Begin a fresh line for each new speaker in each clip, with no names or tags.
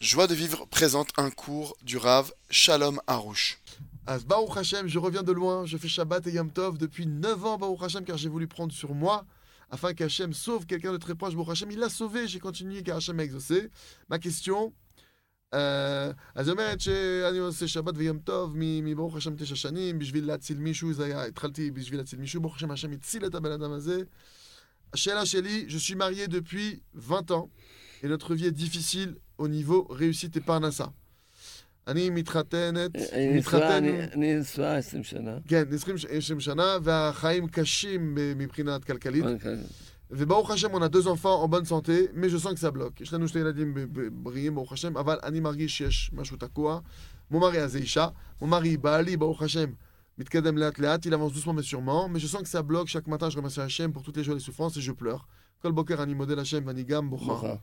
Joie de vivre présente un cours du Rav Shalom Harouche.
As Baruch Hashem, je reviens de loin, je fais Shabbat et Yom Tov depuis 9 ans, Baruch Hashem, car j'ai voulu prendre sur moi, afin qu'Hachem sauve quelqu'un de très proche, Baruch Hashem, il l'a sauvé, j'ai continué, car Hashem m'a exaucé. Ma question, euh, אז היא אומרת שאני עושה שבת ויום טוב מ- מברוך השם תשע שנים, בשביל להציל מישהו, זה היה, התחלתי בשביל להציל מישהו, ברוך השם, השם הציל את הבן אדם הזה. השאלה שלי, je suis marié depuis 20 ans, et notre vie est difficile au niveau réussite et parnassa. אני מתחתנת,
אני נשואה,
מתחתן...
אני- אני נשואה 20 שנה.
כן, 20 ש- 20 שנה, והחיים קשים ב- מבחינת כלכלית.
אה.
וברוך השם, on a deux enfants en bonne santé, mais je sens que ça bloque. יש לנו שני ילדים ב- ב- בריאים, ברוך השם, אבל אני מרגיש שיש משהו תקוע. מומרי הזה אישה, מומרי בעלי, ברוך השם, מתקדם לאט לאט, il avance doucement mais sûrement, mais je sens que ça bloque, chaque matin je remercie Hachem pour toutes les joies et les souffrances et je pleure. כל בוקר אני מודה להשם ואני גם בוכה.
בוכה.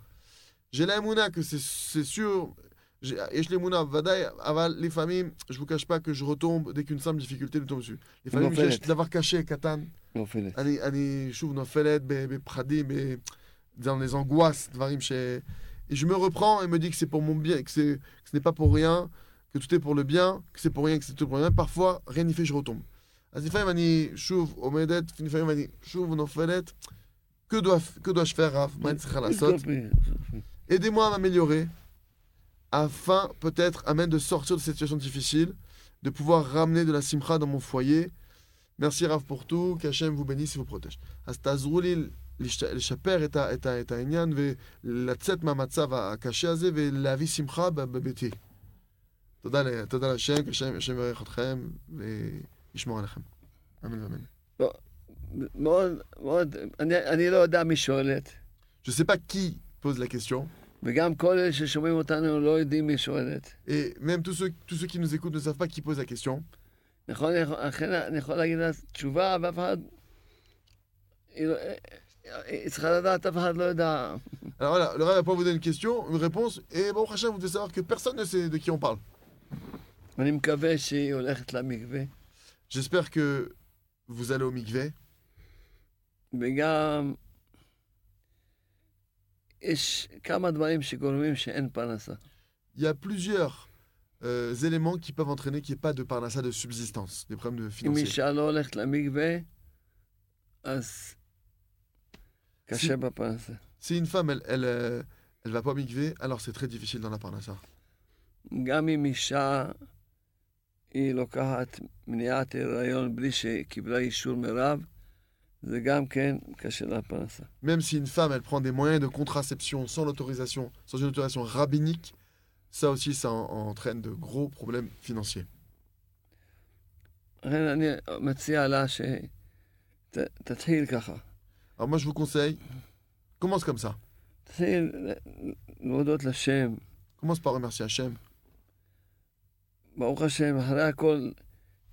J'ai la émouna que c'est- c'est sûr. j'ai- יש לי אמונה ודאי, אבל לפעמים, je vous cache pas que je retombe dès qu'une simple difficulté nous tombe dessus. לפעמים
נופלת.
יש דבר קשה, קטן,
נופלת.
אני, אני שוב נופלת ב- בפחדים, ב- dans les angoisses, דברים ש... Et je me reprends et me dis que c'est pour mon bien, que, c'est- que ce n'est pas pour rien, que tout est pour le bien, que c'est pour rien, que c'est tout pour rien. Parfois, rien n'y fait, je retombe. אז לפעמים אני שוב עומדת, לפעמים אני שוב נופלת. Que dois- que dois-je faire, Raph מה אני צריכה לעשות Aidez-moi à m'améliorer, afin peut-être, amen, de sortir de cette situation difficile, de pouvoir ramener de la simcha dans mon foyer. Merci Rav pour tout, qu'Hachem vous bénisse et vous protège. אז תעזרו לי לש- לשפר את, ה, את, ה, את העניין ולצאת מהמצב הקשה הזה ולהביא שמחה ב- בביתי. תודה, ל- תודה להשם, כי השם השם יברך אתכם וישמור עליכם. אמן ואמן.
מאוד, מאוד, אני, אני לא יודע מי שואלת,
Je sais pas qui pose la question,
וגם כל אלה ששומעים אותנו לא יודעים מי שואלת.
et même tous ceux, tous ceux qui nous écoutent ne savent pas qui pose la question.
נכון, אני יכול- אכן אני יכול להגיד לה תשובה, ואף אחד... היא, לא- היא צריכה לדעת, אף אחד לא יודע.
Alors voilà, le rêve va pouvoir vous donner une question, une réponse, et bon, Hachem, vous devez savoir que personne ne sait de qui on parle.
אני מקווה שהיא הולכת למקווה,
J'espère que vous allez au Mikveh.
וגם יש כמה דברים שגורמים שאין פרנסה.
Il y a plusieurs euh, éléments qui peuvent entraîner qu'il n'y ait pas de parnassa de subsistance, des problèmes de
אם
financiers.
אישה לא הולכת למקווה, אז קשה בפרנסה.
Si une femme, elle, elle, euh, elle va pas au Mikveh, alors c'est très difficile dans la parnassa.
גם אם אישה היא לוקחת מניעת הריון בלי שקיבלה אישור מרב, זה גם כן קשה לה פרנסה.
Même si une femme, elle prend des moyens de contraception sans l'autorisation, sans une autorisation rabbinique, ça aussi, ça en- entraîne de gros problèmes financiers.
לכן אני מציע לה שתתחיל ככה.
Alors moi, je vous conseille, commence comme ça.
תתחיל להודות לשם.
Commence par remercier Hachem.
ברוך השם, אחרי הכל,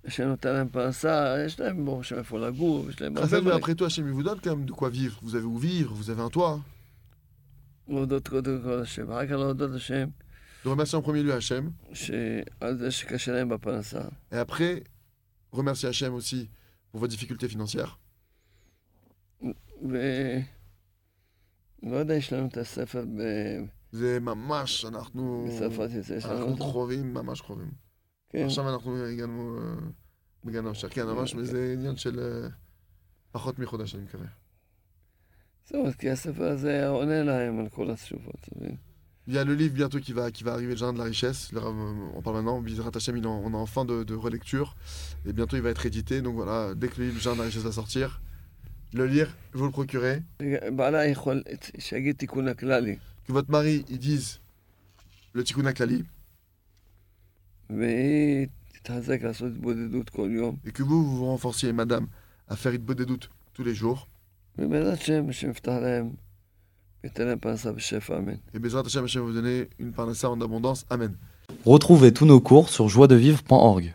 השם נותן להם פרנסה, יש להם ברוך השם איפה לגור, יש להם
Ah,
הרבה
ça, mais
דברים.
après tout, Hachem, il vous donne quand même de quoi vivre. Vous avez où vivre, vous avez un toit.
להודות קודם כל לשם, אחר כך להודות לשם,
De remercier en premier lieu Hachem.
שעל זה שקשה להם בפרנסה.
Et après, remercier Hachem aussi pour vos difficultés financières.
ו... לא יודע, יש לנו את הספר ב...
זה ממש, אנחנו...
בצרפת יוצא, יש לנו
אנחנו
אותו.
קרובים, ממש קרובים.
כן,
עכשיו אנחנו הגענו... אה, הגענו עכשיו, כן, ממש,
כן.
וזה עניין של אה, פחות מחודש, אני מקווה.
זהו, אז כי הספר הזה עונה להם על כל התשובות, אתה מבין?
Il y a le livre bientôt qui va, qui va arriver, Le Jardin de la Richesse. Le Rav, euh, on parle maintenant, Bizrat Hachem, il en- on est en fin de, de relecture. Et bientôt, il va être édité. Donc voilà, dès que le livre Le Jardin de la Richesse va sortir, le lire, vous le procurez.
רגע, בעלה יכול, שיגיד תיקון הכללי,
que votre mari il dise le tikkun klali
והיא תתחזק לעשות התבודדות כל יום,
et que vous vous vous renforciez madame à faire une des doutes tous les jours
ובעזרת שם, השם יפתח להם, ייתן להם פרנסה ושפע, אמן.
et Bezrat Hashem, Hashem va vous donner une parnassa en abondance amen
Retrouvez tous nos cours sur joiedevivre.org.